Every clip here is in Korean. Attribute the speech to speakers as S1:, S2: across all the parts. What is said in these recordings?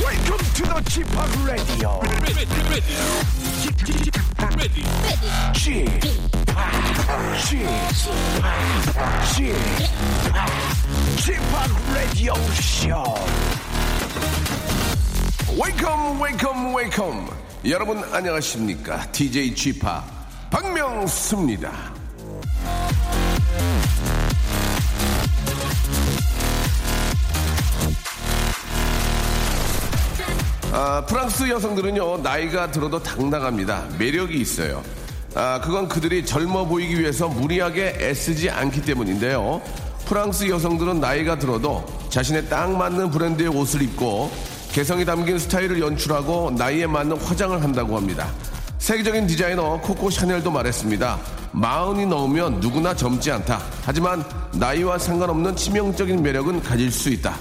S1: Welcome to the Chip Radio. Chip Chip Chip Radio Show.
S2: 웨이컴 웨이컴 웨이컴 여러분 안녕하십니까 DJ g 파 박명수입니다 아, 프랑스 여성들은요 나이가 들어도 당당합니다 매력이 있어요 아, 그건 그들이 젊어 보이기 위해서 무리하게 애쓰지 않기 때문인데요 프랑스 여성들은 나이가 들어도 자신에 딱 맞는 브랜드의 옷을 입고 개성이 담긴 스타일을 연출하고 나이에 맞는 화장을 한다고 합니다 세계적인 디자이너 코코 샤넬도 말했습니다. 마흔이 넘으면 누구나 젊지 않다. 하지만 나이와 상관없는 치명적인 매력은 가질 수 있다.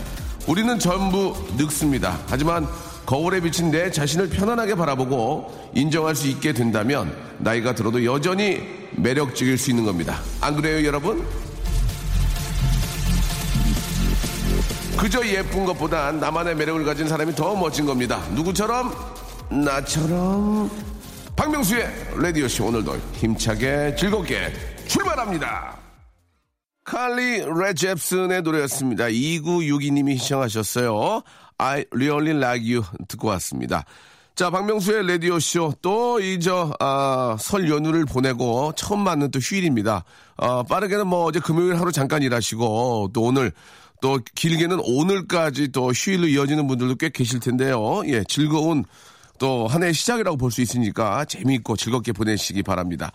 S2: 우리는 전부 늙습니다. 하지만 거울에 비친 내 자신을 편안하게 바라보고 인정할 수 있게 된다면 나이가 들어도 여전히 매력적일 수 있는 겁니다. 안 그래요, 여러분? 그저 예쁜 것보단 나만의 매력을 가진 사람이 더 멋진 겁니다. 누구처럼? 나처럼. 박명수의 라디오쇼 오늘도 힘차게 즐겁게 출발합니다. 칼리 레잽슨의 노래였습니다. 2962님이 시청하셨어요. I really like you 듣고 왔습니다. 자, 박명수의 라디오쇼 또 이저 아, 설 연휴를 보내고 처음 맞는 또 휴일입니다. 아, 빠르게는 뭐 어제 금요일 하루 잠깐 일하시고 또 오늘 또 길게는 오늘까지 또 휴일로 이어지는 분들도 꽤 계실 텐데요. 예, 즐거운 또 한 해의 시작이라고 볼 수 있으니까 재미있고 즐겁게 보내시기 바랍니다.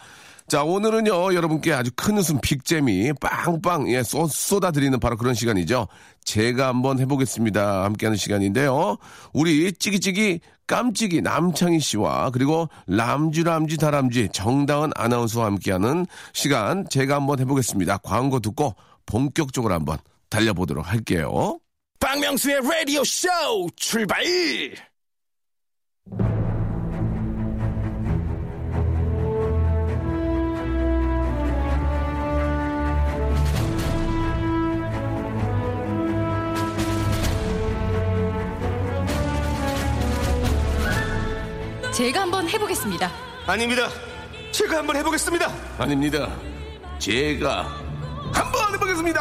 S2: 자, 오늘은요, 여러분께 아주 큰 웃음 빅재미 빵빵, 예, 쏟, 쏟아드리는 바로 그런 시간이죠. 제가 한번 해보겠습니다. 함께하는 시간인데요. 우리 찌기찌기 깜찍이 남창희 씨와 그리고 람쥐람쥐 다람쥐 정다은 아나운서와 함께하는 시간 제가 한번 해보겠습니다. 광고 듣고 본격적으로 한번 달려보도록 할게요.
S1: 박명수의 Radio Show 출발.
S3: 제가 한번 해보겠습니다.
S1: 아닙니다. 제가 한번 해보겠습니다.
S2: 아닙니다. 제가 한번 해보겠습니다.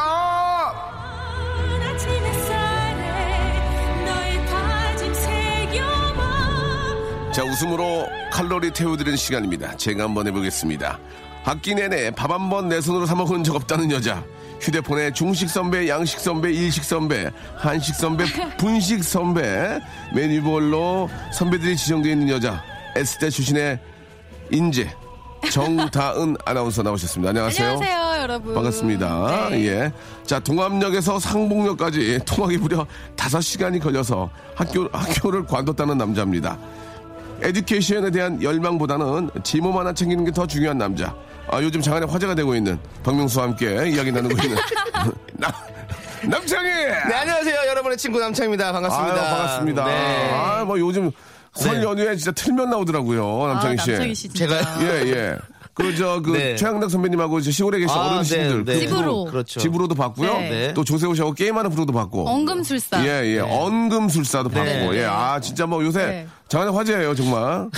S2: 자, 웃음으로 칼로리 태우드리는 시간입니다. 제가 한번 해보겠습니다. 학기 내내 밥 한 번 내 손으로 사먹은 적 없다는 여자. 휴대폰에 중식 선배, 양식 선배, 일식 선배, 한식 선배, 분식 선배, 메뉴볼로 선배들이 지정되어 있는 여자. S대 출신의 인재. 정다은 아나운서 나오셨습니다.
S3: 안녕하세요, 여러분.
S2: 반갑습니다.
S3: 네.
S2: 예. 자, 동암역에서 상봉역까지 통학이 무려 5시간이 걸려서 학교, 학교를 관뒀다는 남자입니다. 에듀케이션에 대한 열망보다는 제 몸 하나 챙기는 게 더 중요한 남자. 아, 요즘 장안에 화제가 되고 있는 박명수와 함께 이야기 나누고 있는 남, 남창희!
S4: 네, 안녕하세요. 여러분의 친구 남창입니다.
S2: 아유,
S4: 반갑습니다.
S2: 반갑습니다.
S4: 네.
S2: 아, 뭐 요즘 설
S4: 네.
S2: 연휴에 진짜 틀면 나오더라고요, 남창희 씨.
S3: 아, 남창희 씨 진짜.
S4: 제가
S2: 예, 예. 그, 저, 그,
S4: 네. 아,
S2: 최양락 선배님하고 이제 시골에 계신 어르신들. 그
S3: 집으로.
S4: 그렇죠.
S2: 집으로도 봤고요.
S4: 네.
S2: 또 조세호 씨하고 게임하는 프로도 봤고.
S3: 엉금술사.
S2: 예, 예. 언금술사도
S4: 네.
S2: 봤고. 예. 아, 진짜 뭐 요새
S3: 네.
S2: 장안의 화제예요, 정말.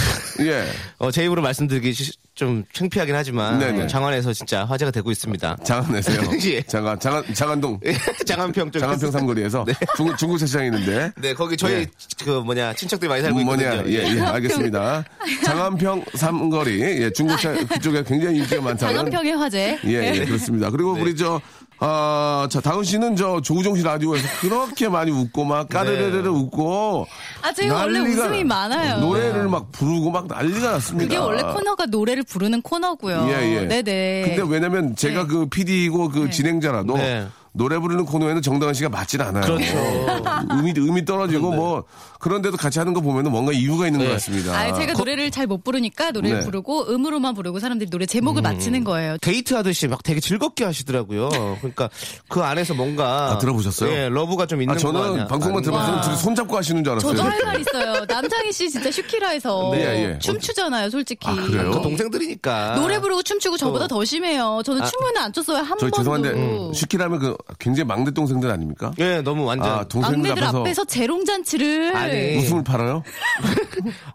S2: 예.
S4: 어, 제 입으로 말씀드리기 시- 좀 창피하긴 하지만
S2: 네네.
S4: 장안에서 진짜 화제가 되고 있습니다.
S2: 장안에서요.
S4: 예.
S2: 장안, 장안, 장안동.
S4: 장안평 쪽.
S2: 장안평 삼거리에서 중국, 중국 세상이 있는데.
S4: 네, 거기 저희 그 뭐냐 친척들이 많이 살고
S2: 뭐냐,
S4: 있거든요.
S2: 예, 예, 알겠습니다. 장안평 삼거리, 예, 중국 사- 그쪽에 굉장히 인기가 많다는.
S3: 장안평의 화제.
S2: 예, 예, 그렇습니다. 그리고
S4: 네.
S2: 우리 저, 아, 자, 다은 씨는 저 조우정 씨 라디오에서 그렇게 많이 웃고
S4: 네.
S2: 막 까르르르 웃고.
S3: 아, 저희가 원래
S2: 난리가
S3: 웃음이
S2: 나-
S3: 많아요.
S4: 네.
S2: 노래를 막 부르고 막 난리가 났습니다.
S3: 그게 원래 코너가 노래를 부르는 코너고요.
S2: 아. 예, 예.
S3: 네네.
S2: 근데 왜냐면 제가
S3: 네.
S2: 그 PD이고 그 진행자라도
S4: 네. 그렇죠.
S2: 노래 부르는 코너에는 정다은 씨가 맞진 않아요. 음이 음이 떨어지고
S4: 네.
S2: 뭐 그런데도 같이 하는 거 보면은 뭔가 이유가 있는 것 같습니다.
S3: 아, 제가 노래를 잘 못 부르니까 노래를
S2: 네. 음.
S3: 부르고 음으로만 부르고 사람들이 노래 제목을 맞히는 거예요.
S4: 데이트 하듯이 막 되게 즐겁게 하시더라고요. 그러니까 그 안에서 뭔가
S2: 아, 들어보셨어요?
S4: 예, 러브가 좀 있는
S2: 아,
S4: 거 아니야?
S2: 저는 방송만 들어봤으면 둘이 손잡고 하시는 줄 알았어요.
S3: 저도 할 말 있어요. 남창희 씨 진짜 슈키라에서
S2: 네, 예.
S3: 춤추잖아요, 솔직히.
S2: 아, 그래요?
S4: 그
S2: 아.
S4: 동생들이니까
S3: 노래 부르고 춤추고 저보다 더 심해요. 저는 춤은 안 췄어요. 한
S2: 어. 저
S3: 번도. 음.
S2: 죄송한데 슈키라면 그 굉장히 막내 동생들 아닙니까?
S4: 예, 너무 완전
S2: 아 동생
S3: 막내들
S2: 앞에서
S3: 앞에서 재롱잔치를
S4: 아니.
S2: 웃음을 팔아요?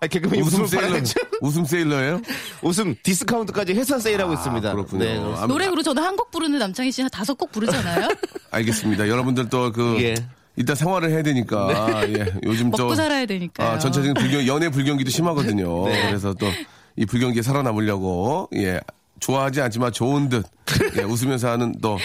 S4: 아, 개그맨이 웃음을
S2: 세일러,
S4: 팔아야죠.
S2: 웃음 세일러예요?
S4: 웃음 디스카운트까지 해서 세일하고 있습니다.
S2: 아, 그렇군요.
S4: 네, 그렇습니다.
S2: 아,
S3: 노래로 저는 한 곡 부르는 남창희 씨는 다섯 곡 부르잖아요.
S2: 알겠습니다. 여러분들 또 그
S4: 예.
S2: 이따 생활을 해야 되니까 예. 요즘 또
S3: 먹고 살아야 되니까요.
S2: 아, 전체적인 불경 연애 불경기도 심하거든요. 그래서 또 이 불경기에 살아남으려고 예 좋아하지 않지만 좋은 듯 예, 웃으면서 하는 또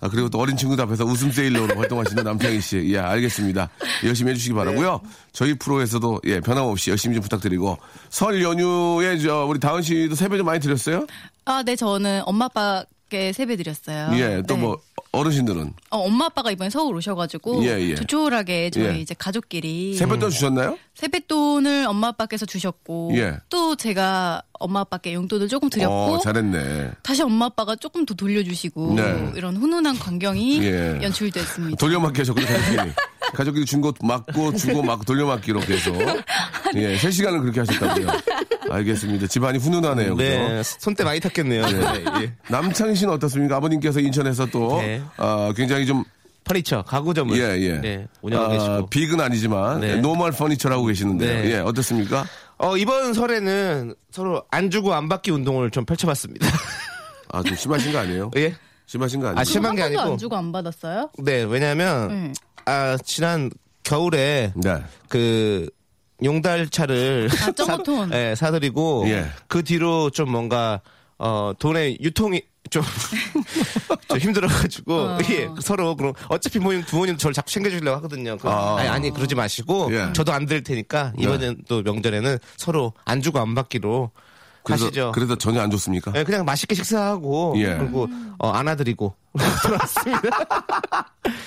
S2: 아, 그리고 또 어린 친구들 앞에서 웃음 세일러로 활동하시는 남창희 씨. 예, 알겠습니다. 열심히 해주시기 바라고요 저희 프로에서도 예, 변함없이 열심히 좀 부탁드리고 설 연휴에 저 우리 다은 씨도 세배 좀 많이 드렸어요?
S3: 아, 네, 저는 엄마 아빠께 세배 드렸어요.
S2: 예, 또
S3: 네.
S2: 뭐 어르신들은
S3: 어, 엄마 아빠가 이번에 서울 오셔가지고
S2: 예, 예.
S3: 조촐하게 저희
S2: 예.
S3: 이제 가족끼리
S2: 세배 또 주셨나요?
S3: 세뱃돈을 엄마 아빠께서 주셨고
S2: 예.
S3: 또 제가 엄마 아빠께 용돈을 조금 드렸고
S2: 어, 잘했네.
S3: 다시 엄마 아빠가 조금 더 돌려주시고
S2: 네.
S3: 이런 훈훈한 광경이
S2: 예.
S3: 연출됐습니다.
S2: 돌려막기 하셨군요, 가족끼리. 가족끼리 준 거 맞고, 주고, 막 돌려막기로 계속. 예, 세시간을 그렇게 하셨다고요. 알겠습니다. 집안이 훈훈하네요. 그죠?
S4: 네, 손때 많이 탔겠네요. 네, 예.
S2: 남창희 씨는 어떻습니까? 아버님께서 인천에서 또,
S4: 네.
S2: 어, 굉장히 좀,
S4: 파리처 가구점을
S2: 예, 예.
S4: 네, 운영하고
S2: 아,
S4: 계시고
S2: 빅은 아니지만,
S4: 네.
S2: 예, 노멀 퍼니처라고 계시는데,
S4: 네.
S2: 예, 어떻습니까?
S4: 어, 이번 설에는 서로 안 주고 안 받기 운동을 좀 펼쳐봤습니다.
S2: 아, 좀 심하신 거 아니에요?
S4: 예?
S2: 심하신 거 아니에요?
S4: 아, 심한 게
S3: 한 번도
S4: 아니고.
S3: 안 주고 안 받았어요?
S4: 네, 왜냐면,
S3: 음.
S4: 아, 지난 겨울에,
S2: 네.
S4: 그, 용달차를.
S3: 아, 점토톤.
S4: 사, 예, 사드리고,
S2: 예.
S4: 그 뒤로 좀 뭔가, 어, 돈의 유통이 좀, 좀 힘들어가지고, 예, 서로, 그럼, 어차피 부모님, 부모님 저를 자꾸 챙겨주려고 하거든요. 그,
S2: 아.
S4: 아. 니 아니, 그러지 마시고,
S2: 예. 네.
S4: 저도 안 드릴 테니까, 이번엔 또 명절에는 서로 안 주고 안 받기로
S2: 그래서,
S4: 하시죠.
S2: 그래서 전혀 안 좋습니까?
S4: 예, 그냥 맛있게 식사하고,
S2: 예.
S4: 그리고, 어, 안아드리고, 돌아왔습니다.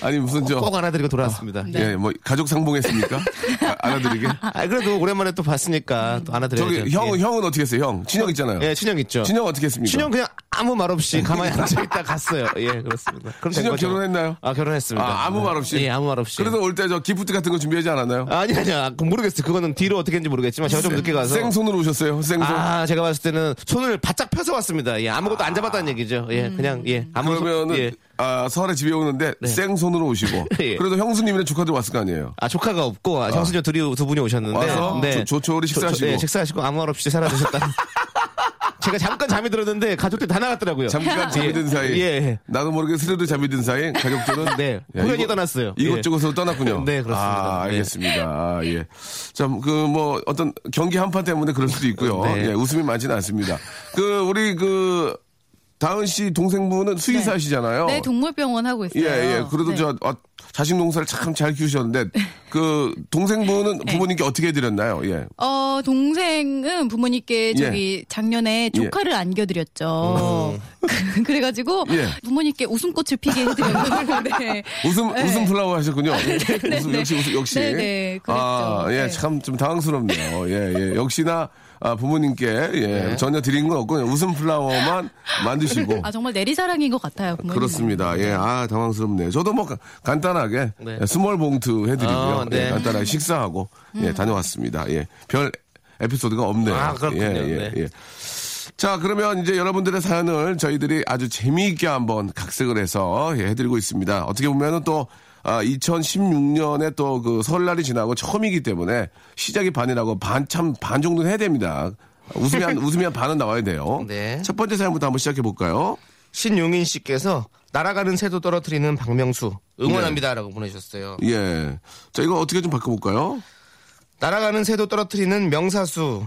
S2: 아니, 무슨 저,
S4: 꼭 안아드리고 돌아왔습니다.
S2: 예, 뭐, 가족 상봉했습니까? 아, 알아드리게?
S4: 아, 그래도 오랜만에 또 봤으니까 또 안아드려야죠.
S2: 저기, 형,
S4: 예.
S2: 형은 어떻게 했어요? 형. 친형 있잖아요.
S4: 예, 친형 있죠.
S2: 친형 어떻게 했습니까?
S4: 친형 그냥 아무 말 없이 가만히 앉아있다 갔어요. 예, 그렇습니다. 그럼 된
S2: 친형
S4: 거죠.
S2: 결혼했나요?
S4: 아, 결혼했습니다.
S2: 아, 아무 말 없이?
S4: 예, 아무 말 없이.
S2: 그래서 올 때 저 기프트 같은 거 준비하지 않았나요?
S4: 아니, 아니야. 그건 모르겠어요. 그거는 뒤로 어떻게 했는지 모르겠지만 제가 좀 늦게 가서.
S2: 생손으로 오셨어요? 생손.
S4: 아, 제가 봤을 때는 손을 바짝 펴서 왔습니다. 예, 아무것도 안 잡았다는 얘기죠. 예, 그냥, 예. 아무 손-
S2: 그러면은
S4: 예. 네.
S2: 아, 설에 집에 오는데 생손으로 오시고
S4: 예.
S2: 그래도 형수님이랑 조카들 왔을 거 아니에요.
S4: 아, 조카가 없고, 아, 형수님 둘이 두 분이 오셨는데. 네.
S2: 와서 조- 조촐히
S4: 조- 조-
S2: 식사하시고.
S4: 네, 식사하시고 아무 말 없이 살아드셨다. 제가 잠깐 잠이 들었는데 가족들 다 나갔더라고요.
S2: 잠깐 잠이
S4: 예.
S2: 든 사이,
S4: 예.
S2: 나도 모르게 스르르 잠이 든 사이 가족들은
S4: 네,
S2: 야,
S4: 후련히
S2: 이곳-
S4: 떠났어요. 예.
S2: 이곳저곳으로 떠났군요.
S4: 네, 그렇습니다.
S2: 아,
S4: 네.
S2: 알겠습니다. 아, 예. 참 그 뭐 어떤 경기 한판 때문에 그럴 수도 있고요.
S4: 네.
S2: 예, 웃음이 많지는 않습니다. 그 우리 그 다은 씨 동생분은 수의사시잖아요.
S3: 네, 동물병원 하고 있어요.
S2: 어. 예, 예. 그래도
S3: 네.
S2: 저 아, 자식 농사를 참 잘 키우셨는데 그 동생분은
S3: 네.
S2: 부모님께 어떻게 해드렸나요? 예.
S3: 어, 동생은 부모님께 저기 작년에
S2: 예.
S3: 조카를 안겨드렸죠. 그- 그래가지고
S2: 예.
S3: 부모님께 웃음꽃을 피게 해드렸고, 네.
S2: 웃음
S3: 네.
S2: 웃음 플라워 하셨군요. 웃음, 역시 웃음 역시.
S3: 네, 네, 그랬죠.
S2: 아, 예,
S3: 네.
S2: 참 좀 당황스럽네요. 예, 예. 역시나 아, 부모님께 예, 전혀 드린 건 없고 그냥 웃음 플라워만 만드시고
S3: 아, 정말 내리사랑인 것 같아요, 부모님.
S2: 그렇습니다.
S4: 네.
S2: 예, 아 당황스럽네요. 저도 뭐 가- 간단하게 예, 스몰 봉투 해드리고요.
S4: 아, 네. 음.
S2: 예, 간단하게 식사하고 예, 다녀왔습니다. 예, 별 에피소드가 없네요. 예,
S4: 아, 그렇군요. 네.
S2: 자, 그러면 이제 여러분들의 사연을 저희들이 아주 재미있게 한번 각색을 해서 예, 해드리고 있습니다. 어떻게 보면은 또 아, 2016년에 또 그 설날이 지나고 처음이기 때문에 시작이 반이라고 반 참 반 정도는 해야 됩니다. 웃음이 한, 웃음이 한 반은 나와야 돼요.
S4: 네.
S2: 첫 번째 사연부터 한번 시작해 볼까요?
S4: 신용인 씨께서 날아가는 새도 떨어뜨리는 박명수
S2: 네.
S4: 응원합니다라고 보내주셨어요.
S2: 예. 자, 이거 어떻게 좀 바꿔볼까요?
S4: 날아가는 새도 떨어뜨리는 명사수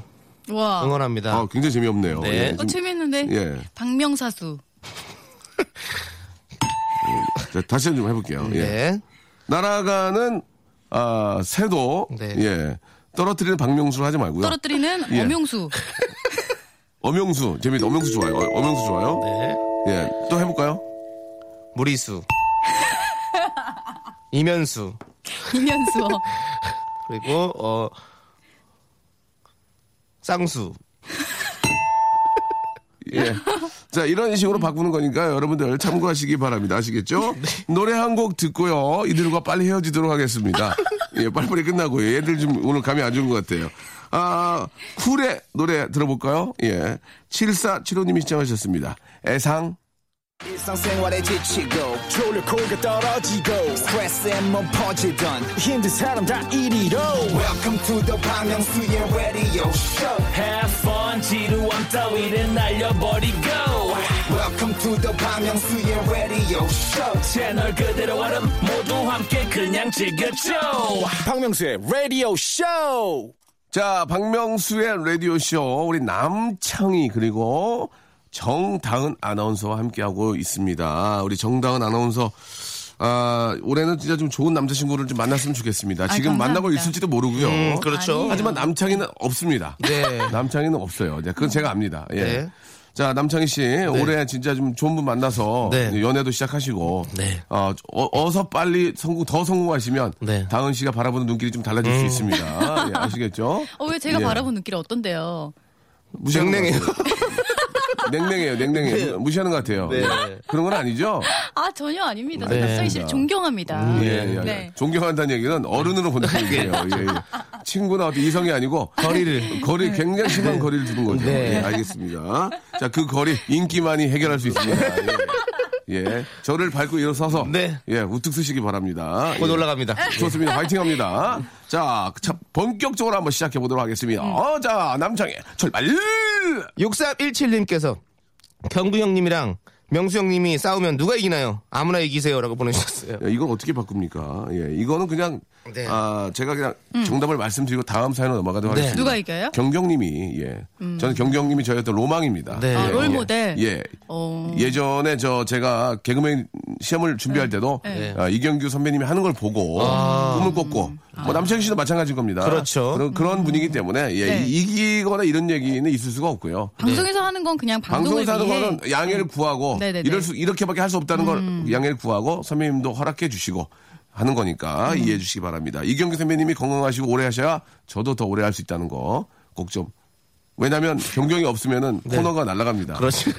S3: 와.
S4: 응원합니다.
S2: 아, 굉장히 재미없네요.
S4: 네.
S2: 예,
S3: 이거
S2: 좀-
S3: 재밌는데.
S2: 예.
S3: 박명사수.
S2: 자, 다시 한 번 좀 해볼게요. 예.
S4: 네.
S2: 날아가는, 아, 새도,
S4: 네.
S2: 예. 떨어뜨리는 박명수를 하지 말고요.
S3: 떨어뜨리는
S2: 예.
S3: 엄용수.
S2: 엄영수, 재밌다. 엄영수 좋아요. 어, 엄영수 좋아요.
S4: 네.
S2: 예. 또 해볼까요?
S4: 무리수. 이면수
S3: 김현수.
S4: 그리고 어 쌍수
S2: 예. 자, 이런 식으로 바꾸는 거니까 여러분들 참고하시기 바랍니다. 아시겠죠? 노래 한 곡 듣고요. 이들과 빨리 헤어지도록 하겠습니다. 예, 빨리빨리 끝나고. 요 얘들 좀 오늘 감이 안 좋은 것 같아요. 아, 쿨의 노래 들어볼까요? 예. 7475님이 시청하셨습니다. 애상.
S1: 일상생활에 지치고, 졸려 코가 떨어지고, 스트레스에 몸 퍼지던, 힘든 사람 다 이리로. welcome to the Bang Myung-soo's radio show
S5: Have fun 지루함 따위를 날려버리고
S1: welcome to the Bang Myung-soo's radio show
S5: 채널 그대로 와름 모두 함께 그냥 즐겨줘
S1: 박명수의 radio show
S2: 자, 박명수의 라디오쇼. 우리 남창희 그리고 정다은 아나운서와 함께하고 있습니다. 우리 정다은 아나운서. 아, 올해는 진짜 좀 좋은 남자친구를 좀 만났으면 좋겠습니다. 지금
S3: 아, 감사합니다. 네,
S2: 만나고 있을지도 모르고요.
S4: 그렇죠.
S3: 아니에요.
S2: 음, 하지만 남창희는 없습니다.
S4: 네.
S2: 남창희는 없어요. 이제 그건 제가 압니다. 예.
S4: 네.
S2: 자, 남창희 씨, 올해 진짜 좀 좋은 분 만나서
S4: 네.
S2: 연애도 시작하시고,
S4: 네.
S2: 어, 어, 서 빨리 성공, 더 성공하시면,
S4: 네. 음.
S2: 다은 씨가 바라보는 눈길이 좀 달라질 수 있습니다. 예, 아시겠죠?
S3: 어, 왜 제가
S2: 예.
S3: 바라본 눈길이 어떤데요?
S2: 무시하는
S4: 냉랭해요.
S2: 것 같아요. 냉랭해요, 냉랭해요. 무시하는 것 같아요.
S4: 네.
S2: 예. 그런 건 아니죠?
S3: 아, 전혀 아닙니다.
S4: 네.
S3: 남창희 씨를 존경합니다.
S2: 예, 예, 예.
S3: 네.
S2: 존경한다는 얘기는 어른으로
S4: 네.
S2: 본다는 얘기예요. 예, 예. 친구나 어떤 이성이 아니고
S4: 거리를.
S2: 거리 굉장히 심한 거리를 두는 거죠. 예,
S4: 네.
S2: 알겠습니다. 자, 그 거리 인기만이 해결할 수 있습니다. 예. 예. 저를 밟고 일어서서
S4: 네.
S2: 예, 우뚝 쓰시기 바랍니다.
S4: 곧
S2: 예.
S4: 올라갑니다.
S2: 좋습니다. 화이팅합니다. 자, 자, 본격적으로 한번 시작해 보도록 하겠습니다.
S4: 음.
S2: 어, 자, 남창의 출발.
S4: 6317님께서 경구 형님이랑 명수 형님이 싸우면 누가 이기나요? 아무나 이기세요라고 보내주셨어요.
S2: 야, 예, 이건 어떻게 바꿉니까? 예, 이거는 그냥
S4: 네.
S2: 아 제가 그냥
S4: 음.
S2: 정답을 말씀드리고 다음 사연으로 넘어가도록
S4: 네.
S2: 하겠습니다.
S3: 누가 이겨요?
S2: 경경님이 예, 저는 경경님이 저의 어떤 로망입니다.
S4: 네.
S3: 음. 아,
S4: 예,
S3: 롤 모델.
S2: 예.
S3: 어.
S2: 예전에 저 제가 개그맨 시험을 준비할 때도
S3: 네.
S2: 아, 이경규 선배님이 하는 걸 보고 꿈을
S3: 음.
S2: 꿨고 뭐 남창희 씨도 마찬가지인 겁니다.
S4: 아. 그렇죠.
S2: 그런, 그런 분위기 때문에 예,
S3: 네.
S2: 이- 이기거나 이런 얘기는 있을 수가 없고요.
S3: 방송에서 하는 건 그냥 방송을
S2: 방송사는
S3: 위해
S2: 거는 양해를 구하고
S3: 네네네. 음.
S2: 이럴 수 이렇게밖에 할 수 없다는 걸 양해를 구하고 선배님도 허락해 주시고 하는 거니까
S3: 음.
S2: 이해해 주시기 바랍니다. 이경규 선배님이 건강하시고 오래 하셔야 저도 더 오래 할 수 있다는 거 꼭 좀 왜냐하면 경경이 없으면은 코너가 날아갑니다.
S4: 네. 그렇지.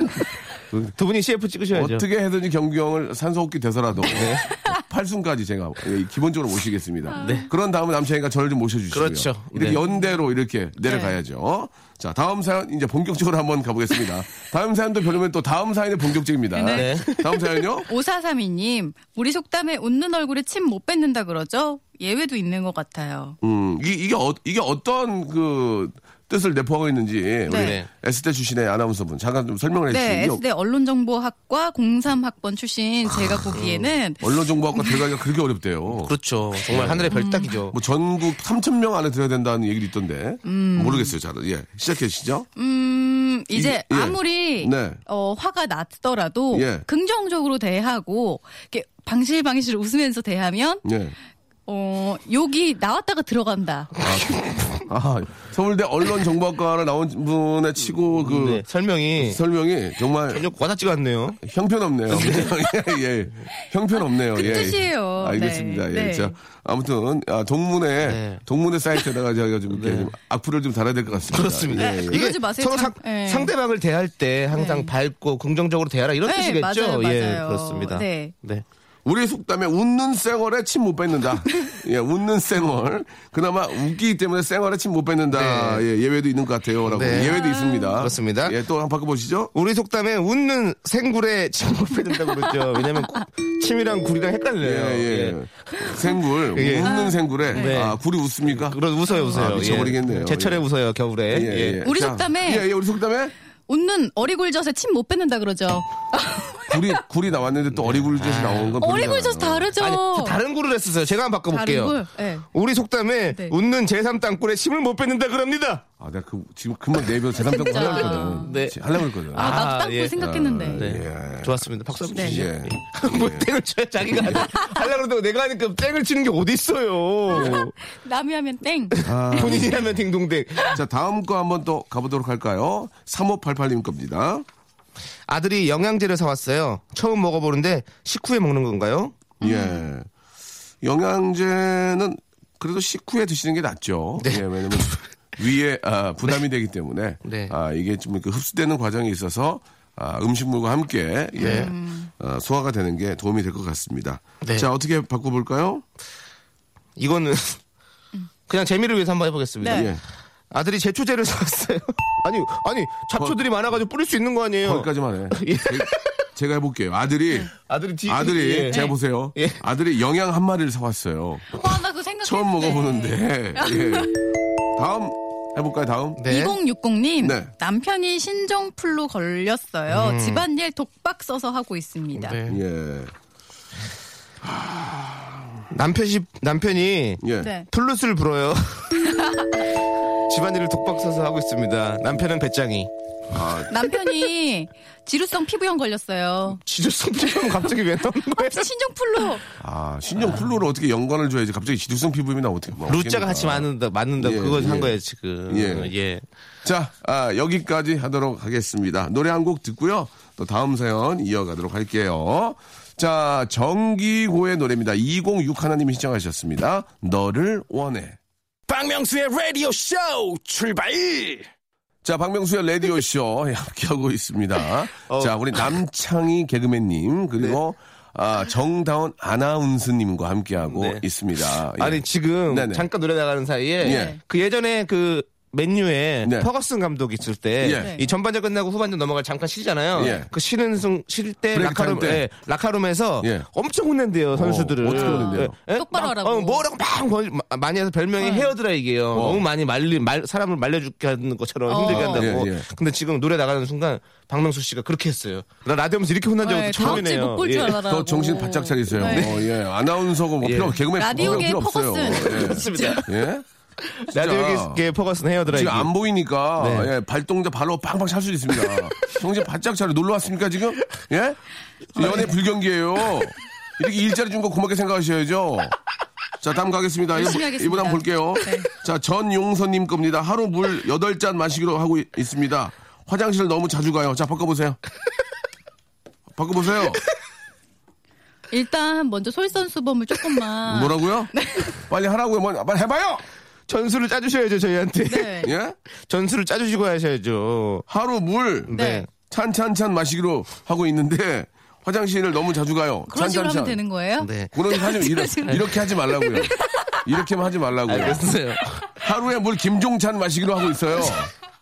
S4: 두 분이 CF 찍으셔야죠.
S2: 어떻게 해든지 경경을 산소호흡기 돼서라도 네. 팔순까지 제가 예, 기본적으로
S4: 아.
S2: 모시겠습니다. 그런 다음에 남창이가 저를 좀 모셔주시고요.
S4: 네. 그렇죠.
S2: 이렇게
S4: 네.
S2: 연대로 이렇게 내려가야죠. 자, 다음 사연 이제 본격적으로 한번 가보겠습니다. 다음 사연도 별로면 또 다음 사연의 본격적입니다.
S4: 네.
S2: 다음 사연요?
S3: 5432님, 우리 속담에 웃는 얼굴에 침 못 뱉는다 그러죠? 예외도 있는 것 같아요.
S2: 음, 이, 게 어, 이게 어떤 그 뜻을 내포하고 있는지 우리
S4: 네.
S2: S대 출신의 아나운서분 잠깐 좀 설명을
S3: 네,
S2: 해주시죠.
S3: S대 언론정보학과 03학번 출신 제가 보기에는
S2: 뭐, 언론정보학과 들어가기가 그렇게 어렵대요.
S4: 그렇죠. 정말 하늘의
S3: 음.
S4: 별따기죠.
S2: 뭐 전국 3천 명 안에 들어야 된다는 얘기도 있던데 모르겠어요. 잘 예, 시작해 주시죠.
S3: 음, 이제
S2: 이- 예.
S3: 아무리
S2: 네.
S3: 어, 화가 났더라도
S2: 예.
S3: 긍정적으로 대하고 이렇게 방실방실 웃으면서 대하면
S2: 예.
S3: 어, 욕이 나왔다가 들어간다.
S2: 아, 서울대 언론정보학과를 나온 분의 치고 그
S4: 네, 설명이
S2: 설명이 정말
S4: 전혀 와닿지가 않네요.
S2: 형편없네요. 예, 예. 형편없네요.
S3: 그
S2: 예.
S3: 뜻이에요.
S2: 알겠습니다.
S3: 네,
S2: 예.
S3: 네.
S2: 자, 아무튼 아, 동문회
S4: 네.
S2: 동문회 사이트에다가 제가 좀 이렇게 좀 악플을 좀 달아야 될 것 같습니다.
S4: 그렇습니다.
S2: 예, 예.
S4: 이게
S3: 네, 그러지 마세요.
S4: 서로
S3: 참-
S4: 상,
S3: 예.
S4: 상대방을 대할 때 항상
S3: 네.
S4: 밝고 긍정적으로 대하라 이런
S3: 네,
S4: 뜻이겠죠.
S3: 맞아요,
S4: 예,
S3: 맞아요.
S4: 그렇습니다.
S3: 네.
S2: 우리 속담에 웃는 쌩얼에 침 못 뱉는다. 예, 웃는 쌩얼. 그나마 웃기기 때문에 쌩얼에 침 못 뱉는다.
S4: 네.
S2: 예, 예외도 있는 것 같아요. 라고.
S4: 네.
S2: 예외도 있습니다.
S4: 그렇습니다.
S2: 예, 또 한번 바꿔보시죠.
S4: 우리 속담에 웃는 생굴에 침을 빼준다고 그러죠. 왜냐면 침이랑 굴이랑
S2: 예,
S4: 헷갈려요.
S2: 예. 생굴.
S4: 예.
S2: 웃는 생굴에.
S4: 네.
S2: 아, 굴이 웃습니까?
S4: 그런 웃어요, 웃어요.
S2: 아, 미쳐버리겠네요.
S4: 예. 제철에
S2: 예.
S4: 웃어요,
S2: 예,
S4: 겨울에.
S2: 예.
S4: 예.
S3: 우리
S2: 자,
S3: 속담에-
S2: 예, 예, 우리 속담에.
S3: 웃는 어리굴젓에 침 못 뱉는다 그러죠.
S2: 굴이, 굴이 나왔는데 또 어리굴젓이 나온 건.
S3: 아, 어리굴젓 다르죠.
S4: 아니, 다- 다른 굴을 했었어요. 제가 한번 바꿔볼게요.
S3: 다른 굴? 예.
S4: 우리 속담에
S3: 네.
S4: 웃는 제3땅굴에 침을 못 뱉는다 그럽니다.
S2: 아, 내가 그, 지금 금방 내비서 재산병
S3: 진짜.
S2: 하려고 했거든.
S4: 네.
S2: 하려고 했거든.
S3: 아, 나도
S4: 아,
S3: 땅굴
S4: 예.
S3: 생각했는데.
S4: 네. 좋았습니다. 박수 한번
S3: 네.
S4: 주시죠.
S2: 예.
S4: 뭐 땡을 쳐야 자기가 하려고 그러고 내가 하니까 땡을 치는 게 어딨어요.
S3: 남이 하면 땡.
S4: 본인이 하면 딩동댕.
S2: 자, 다음 거 한번 또 가보도록 할까요? 3588님 겁니다.
S4: 아들이 영양제를 사왔어요. 처음 먹어보는데 식후에 먹는 건가요?
S2: 예. 영양제는 그래도 식후에 드시는 게 낫죠.
S4: 네.
S2: 예, 왜냐면 위에 아, 부담이 되기 때문에
S4: 네.
S2: 아, 이게 좀 그 흡수되는 과정에 있어서 아, 음식물과 함께 예, 어, 소화가 되는 게 도움이 될 것 같습니다.
S4: 네.
S2: 자 어떻게 바꿔볼까요?
S4: 이거는 그냥 재미를 위해서 한번 해보겠습니다.
S3: 네.
S2: 예.
S4: 아들이 제초제를 사왔어요. 아니 아니 잡초들이 많아가지고 뿌릴 수 있는 거
S3: 어.
S4: 아니에요?
S2: 거기까지만 해.
S4: 예.
S2: 제- 제가 해볼게요.
S3: 네.
S2: 아들이
S4: 아들이 뒤,
S2: 아들이
S4: 예.
S2: 제가 보세요.
S4: 예.
S2: 아들이 영양 한 마리를 사왔어요.
S3: 와, 나 그거 뭐 생각했는데.
S2: 처음 먹어보는데 예. 다음 해볼까요? 다음
S4: 네.
S3: 2060님
S2: 예? 네. 음.
S3: 남편이 신종플루 걸렸어요. 집안일 독박 써서 하고 있습니다.
S4: 네.
S2: 예.
S4: 남편이 남편이
S2: 예.
S3: 네.
S4: 플룻을 불어요. 집안일을 독박 써서 하고 있습니다. 남편은 배짱이.
S3: 남편이 지루성 피부염 걸렸어요.
S4: 지저성 피부는 갑자기 왜 나오는 거예요?
S3: 신종플루
S2: 아, 신종 플루를 어떻게 연관을 줘야지 갑자기 지두성 피부염이 나면 어떻게 뭐 어떻게
S4: 루자가 같이
S2: 됩니까?
S4: 맞는다, 맞는다.
S2: 예,
S4: 그걸 한
S2: 예.
S4: 거예요, 지금.
S2: 예.
S4: 예.
S2: 자, 아, 여기까지 하도록 하겠습니다. 노래 한 곡 듣고요. 또 다음 사연 이어가도록 할게요. 자, 정기고의 노래입니다. 206 하나님이 신청하셨습니다. 너를 원해.
S5: 박명수의 라디오 쇼 출발
S2: 자, 박명수의 라디오쇼 함께하고 있습니다.
S4: 어.
S2: 자, 우리 남창희 개그맨님, 그리고
S4: 네.
S2: 아, 정다운 아나운서님과 함께하고
S4: 네.
S2: 있습니다. 예.
S4: 아니, 지금
S2: 네네.
S4: 잠깐 노래 나가는 사이에
S2: 예.
S4: 그 예전에 그 맨유에
S2: 네.
S4: 퍼거슨 감독이 있을 때 이
S3: 네.
S2: 예.
S4: 전반전 끝나고 후반전 넘어갈 잠깐 쉬잖아요.
S2: 예.
S4: 그 쉬는 순, 쉴때
S2: 브레이크 타임
S4: 라카룸,
S2: 때.
S4: 예, 라카룸에서
S2: 예.
S4: 엄청 혼낸대요, 선수들을.
S2: 어떻게 혼낸대요?
S4: 예, 예?
S3: 똑바로
S4: 막,
S3: 하라고.
S4: 어, 뭐라고 막 거- 마- 많이 해서 별명이 헤어드라이기예요 너무 많이 말리, 말, 사람을 말려주게 하는 것처럼 힘들게
S3: 어.
S4: 한다고.
S2: 예, 예.
S4: 근데 지금 노래 나가는 순간 박명수 씨가 그렇게 했어요. 나 라디오면서 이렇게 혼난 적도
S3: 네, 다음 주에
S4: 처음이네요.
S3: 못 볼 줄
S4: 예.
S3: 알아라.
S2: 더 정신 바짝 차리세요.
S3: 네.
S2: 어, 예. 아나운서고 뭐
S4: 예.
S2: 필요 없- 개그맨 뭐
S3: 라디오계
S2: 필요 없어요.
S3: 퍼거슨.
S4: 그렇습니다.
S2: 예. 예? 진짜.
S4: 라디오계 퍼거슨 헤어드라이기.
S2: 지금 안 보이니까
S4: 네.
S2: 예, 발동자 발로 팡팡 찰 수 있습니다. 정신 바짝 차려 놀러 왔습니까 지금? 예?
S3: 어,
S2: 연애 불경기예요. 이렇게 일자리 준 거 고맙게 생각하셔야죠. 자 다음 가겠습니다.
S3: 열심히 하겠습니다. 네.
S2: 이분 한번 볼게요. 자 전용선님 겁니다. 하루 물 8잔 마시기로 하고 있- 있습니다. 화장실 너무 자주 가요. 자 바꿔보세요. 바꿔보세요.
S3: 일단 먼저 솔선수범을 조금만.
S2: 뭐라고요?
S3: 네.
S2: 빨리 하라고요. 뭐, 빨리 해봐요.
S4: 전수를 짜주셔야죠 저희한테.
S3: 네.
S2: 예?
S4: 전수를 짜주시고 하셔야죠.
S2: 하루 물
S3: 네.
S2: 찬찬찬 마시기로 하고 있는데 화장실을 너무 자주 가요.
S3: 그런 식으로 하면
S2: 찬찬찬.
S3: 되는 거예요?
S4: 네.
S2: 그런 하지 이렇게, 이렇게 하지 말라고요. 이렇게만 하지 말라고요.
S4: 알겠어요.
S2: 하루에 물 김종찬 마시기로 하고 있어요.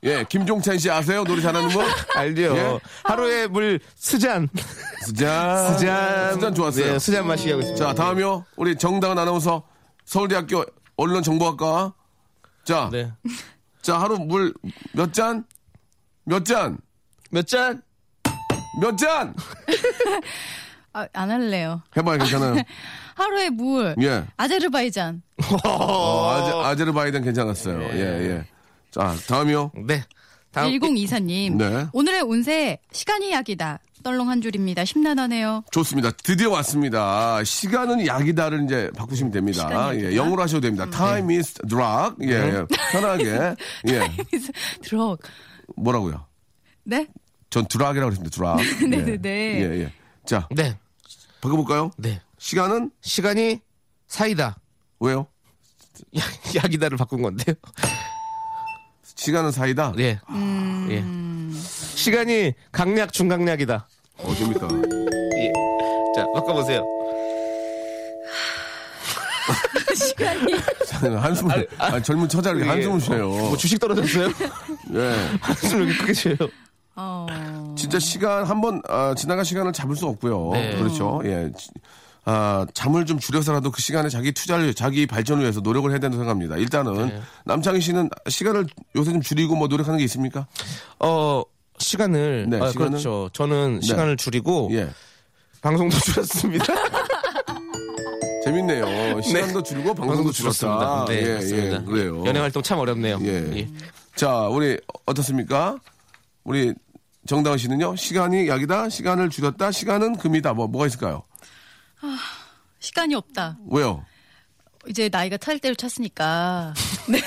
S2: 예, 김종찬 씨 아세요? 노래 잘하는 거?
S4: 알죠.
S2: 예?
S4: 하루에 물 스잔.
S2: 수잔.
S4: 스잔.
S2: 수잔 아, 좋았어요.
S4: 네, 스잔 마시게 하고 있습니다.
S2: 자, 다음이요. 우리 정다은 아나운서 서울대학교 언론정보학과. 자,
S4: 네.
S2: 자, 하루 물 몇 잔? 몇 잔?
S4: 몇 잔?
S2: 몇 잔?
S3: 아, 안 할래요.
S2: 해봐요, 괜찮아요.
S3: 하루에 물.
S2: 예.
S3: 아제르바이잔.
S2: 어, 아제, 아제르바이잔 괜찮았어요.
S3: 네.
S2: 예, 예. 자, 다음이요.
S4: 네. 다음.
S3: 1024님.
S2: 아, 어, 네.
S3: 오늘의 운세 시간이 약이다. 떨렁 한 줄입니다. 심란하네요.
S2: 좋습니다. 드디어 왔습니다. 시간은 약이다를 이제 바꾸시면 됩니다.
S3: 시간이 약이다? 음, 네.
S2: 예, 영어로 하셔도 됩니다. Time is drug. 예, 예. 편하게. 예.
S3: 드럭.
S2: 뭐라고요?
S3: 네?
S2: 전 드락이라고 했습니다. 드락. 예.
S3: 네네네.
S2: 예, 예. 자,
S4: 네.
S2: 바꿔볼까요?
S4: 네.
S2: 시간은
S4: 시간이 사이다.
S2: 왜요?
S4: 약- 약이다를 바꾼 건데요.
S2: 시간은 사이다.
S3: 네.
S4: 예. 예. 시간이 강약 중강약이다.
S2: 어딥니까
S4: 예. 자, 바꿔보세요.
S2: 한숨을, 아니, 젊은 처자를
S3: 네.
S4: 이게
S2: 한숨을 쉬어요.
S4: 뭐 주식 떨어졌어요?
S2: 예.
S4: 한숨 여기 크게 쉬어요.
S3: 어.
S2: 진짜 시간 한번 아, 지나간 시간을 잡을 수 없고요.
S4: 네.
S2: 그렇죠. 예. 지- 아, 잠을 좀 줄여서라도 그 시간에 자기 투자를 자기 발전을 위해서 노력을 해야 된다고 생각합니다. 일단은
S4: 네.
S2: 남창희 씨는 시간을 요새 좀 줄이고 뭐 노력하는 게 있습니까?
S4: 어, 시간을.
S2: 네,
S4: 아,
S2: 시간을.
S4: 그렇죠. 저는 시간을 줄이고.
S2: 예.
S4: 방송도 줄였습니다. 어,
S2: 재밌네요. 시간도 줄고 방송도 줄었다.
S4: 네,
S2: 예,
S4: 맞습니다.
S2: 예, 그래요.
S4: 연애 활동 참 어렵네요.
S2: 예.
S4: 예.
S2: 자, 우리 어떻습니까? 우리 정다은 씨는요. 시간이 약이다. 시간을 줄였다. 시간은 금이다. 뭐 뭐가 있을까요?
S3: 시간이 없다.
S2: 왜요?
S3: 이제 나이가 탈 때를 찼으니까. 네.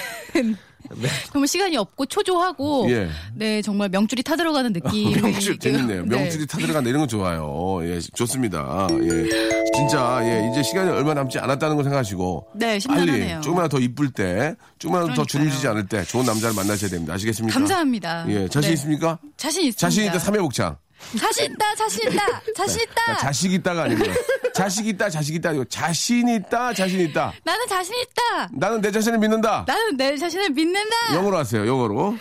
S3: 정말 시간이 없고 초조하고
S2: 예. 아,
S3: 네 정말 명줄이 타들어가는 느낌.
S2: 명줄 재밌네요. 명줄이 타들어간다 이런 거 좋아요. 예, 좋습니다. 예, 진짜 예, 이제 시간이 얼마 남지 않았다는 걸 생각하시고
S3: 네, 심란하네요.
S2: 빨리 조금만 더 이쁠 때, 조금만 더
S3: 그러니까요.
S2: 주름지지 않을 때 좋은 남자를 만나셔야 됩니다. 아시겠습니까?
S3: 감사합니다.
S2: 예, 자신
S3: 네.
S2: 있습니까?
S3: 자신 있습니다.
S2: 자신 있다 삼회 복창.
S3: 자신 있다, 자신 있다, 자신 있다.
S2: 야, 자식 있다가 아니고요. 자식 있다, 자식 있다 아니고 자신 있다, 자신 있다.
S3: 나는 자신 있다.
S2: 나는 내 자신을 믿는다.
S3: 나는 내 자신을 믿는다.
S2: 영어로 하세요. 영어로.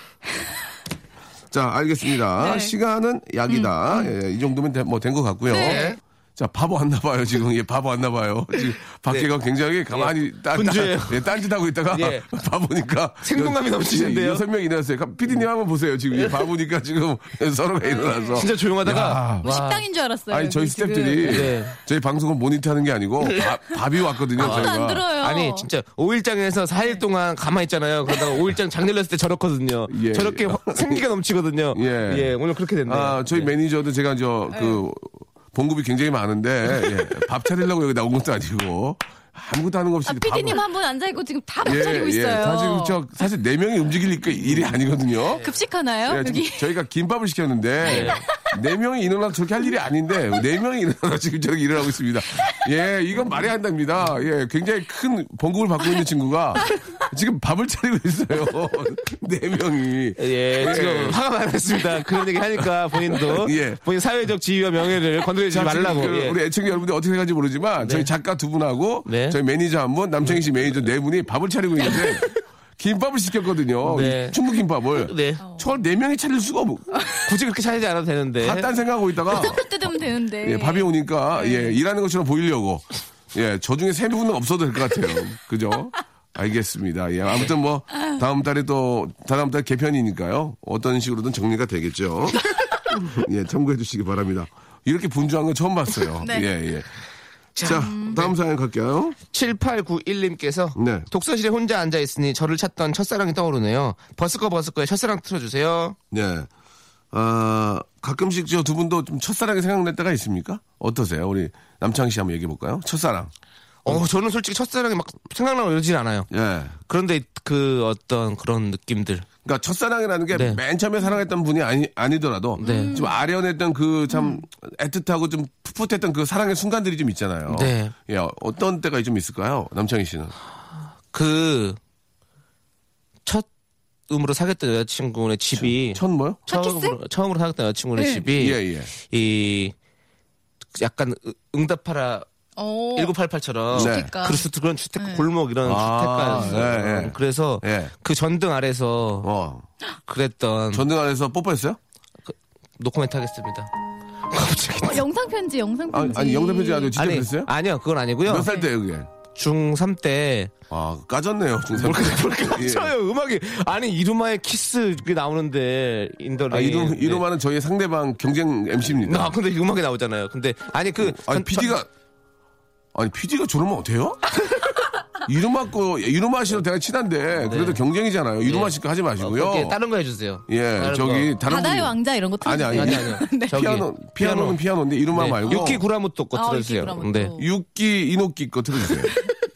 S2: 자, 알겠습니다.
S3: 네.
S2: 시간은 약이다.
S4: 음,
S2: 예, 이 정도면 뭐 된 것 같고요.
S3: 네.
S2: 자, 바보 왔나 봐요, 지금. 예, 바보 왔나 봐요. 지금 밖에가 굉장히 가만히 딴,
S4: 네. 분주해요.
S2: 딴- 예, 딴짓하고 있다가
S4: 예.
S2: 바보니까.
S4: 생동감이
S2: 여-
S4: 넘치는데요. 음.
S2: 예, 여섯 명이 일어났어요. 피디님 한번 보세요. 지금 예, 바보니까 지금 서로가 일어나서.
S4: 진짜 조용하다가
S2: 야.
S4: 와.
S3: 식당인 줄 알았어요.
S2: 아니, 저희
S3: 지금.
S2: 스탭들이
S4: 네.
S2: 저희 방송을 모니터하는 게 아니고 밥- 밥이 왔거든요,
S3: 아무도
S2: 저희가.
S3: 안 들어요.
S4: 아니 진짜 5일장에서 4일 동안 가만히 있잖아요. 그러다가 5일장 장 열렸을 때 저렇거든요.
S2: 예,
S4: 저렇게
S2: 예.
S4: 확- 생기가 넘치거든요.
S2: 예.
S4: 오늘 그렇게 됐네요. 예.
S2: 아, 저희 매니저도 제가
S3: 네.
S2: 저 그 봉급이 굉장히 많은데 예, 밥 차리려고 여기 나온 것도 아니고 아무것도 하는 거 없이
S3: 아, 피디님 한 분 앉아 있고 지금 다 목차리고 있어요.
S2: 다 지금 저 사실 네 명이 움직일 그 일이 아니거든요.
S3: 급식하나요?
S2: 예, 지금
S3: 여기
S2: 저희가 김밥을 시켰는데 네 명이 일어나서 저렇게 할 일이 아닌데 네 명이 일어나서 지금 저렇게 일을 하고 있습니다. 예, 이건 말이 안 됩니다. 예, 굉장히 큰 봉급을 받고 있는 친구가 지금 밥을 차리고 있어요. 네 명이.
S4: 예, 지금 화가 많았습니다. 그런 얘기 하니까 본인도
S2: 예.
S4: 본인 사회적 지위와 명예를 건드리지
S2: 자, 지금
S4: 말라고.
S2: 그
S4: 예.
S2: 우리 애청자 여러분들 어떻게 생각할지 모르지만 저희 작가 두 분하고
S4: 네.
S2: 저희 매니저 한 분, 남창희 씨 매니저 네 분이 밥을 차리고 있는데 김밥을 시켰거든요.
S4: 네.
S2: 이 충북 김밥을.
S4: 네.
S2: 저걸 네 명이 차릴 수가 없고
S4: 굳이 그렇게 차리지 않아도 되는데.
S2: 다딴 생각하고 있다가
S3: 뜯으면 되는데.
S2: 어, 예, 밥이 오니까 예, 일하는 것처럼 보이려고 예, 저 중에 세 분은 없어도 될 것 같아요. 그죠? 알겠습니다. 예, 아무튼 뭐 다음 달에 또 다다음 달 개편이니까요. 어떤 식으로든 정리가 되겠죠. 예, 참고해 주시기 바랍니다. 이렇게 분주한 건 처음 봤어요.
S3: 네.
S2: 예, 예. 자, 다음 네. 사연 갈게요.
S4: 7891님께서
S2: 네.
S4: 독서실에 혼자 앉아 있으니 저를 찾던 첫사랑이 떠오르네요. 버스커 버스커의 첫사랑 틀어주세요.
S2: 네. 아, 가끔씩 저 두 분도 좀 첫사랑이 생각날 때가 있습니까? 어떠세요? 우리 남창희 씨 한번 얘기해 볼까요? 첫사랑.
S4: 어, 저는 솔직히 첫사랑이 막 생각나고 이러진 않아요.
S2: 예.
S4: 그런데 그 어떤 그런 느낌들.
S2: 그러니까 첫사랑이라는 게
S4: 네.
S2: 맨 처음에 사랑했던 분이 아니, 아니더라도
S4: 네.
S2: 좀 아련했던 그 참 애틋하고 좀 풋풋했던 그 사랑의 순간들이 좀 있잖아요.
S4: 네.
S2: 예, 어떤 때가 좀 있을까요? 남창희 씨는.
S4: 그, 첫 음으로 사귀었던 여자친구의 집이.
S2: 첫 뭐요?
S3: 첫 키스?
S4: 처음으로, 처음으로 사귀었던 여자친구의
S3: 네.
S4: 집이.
S2: 예, 예.
S4: 이, 약간 으- 응답하라
S3: 어.
S4: 1988처럼.
S2: 네.
S3: 주택가.
S4: 그래스 그런 주택
S3: 네.
S4: 골목 이런
S2: 아,
S4: 주택가였어요.
S2: 예, 예.
S4: 그래서
S2: 예.
S4: 그 전등 아래서
S2: 어.
S4: 그랬던
S2: 전등 안에서 뽀뽀했어요?
S4: 노코멘트 하겠습니다.
S3: 어, 영상 편지, 영상
S2: 아니,
S3: 편지.
S2: 아니 영상편지 아니고 진짜 그랬어요?
S4: 아니요 그건 아니고요.
S2: 몇 살 때예요 그게?
S4: 중3 때
S2: 아 까졌네요 중삼 때. 예.
S4: 쳐요 음악이 아니 이루마의 키스 그게 나오는데 인더레
S2: 아, 이름, 이름하는 저희 상대방 경쟁 MC입니다.
S4: 네, 아 근데 이 음악이 나오잖아요. 근데 아니 그
S2: 아니,
S4: 전-
S2: PD가, 아니, PD가 저러면 어때요? 이름 맞고, 이름 하시도 내가 친한데, 그래도 경쟁이잖아요. 이름 하실까 하지 마시고요.
S4: 네. 어, 그렇게 다른 거 네. 해주세요.
S2: 예,
S4: 다른
S2: 저기, 다른.
S3: 바다의
S2: 분이-
S3: 왕자 이런 거
S2: 아니, 아니, 네.
S3: 틀어주세요.
S4: 아니, 아니요. 저기,
S2: 피아노, 피아노는 피아노인데, 이름만 말고.
S4: 유키 구라모토 거
S3: 아,
S4: 들어주세요.
S3: 유키 구라모토.
S4: 네.
S2: 육기 이노끼 거 틀어주세요.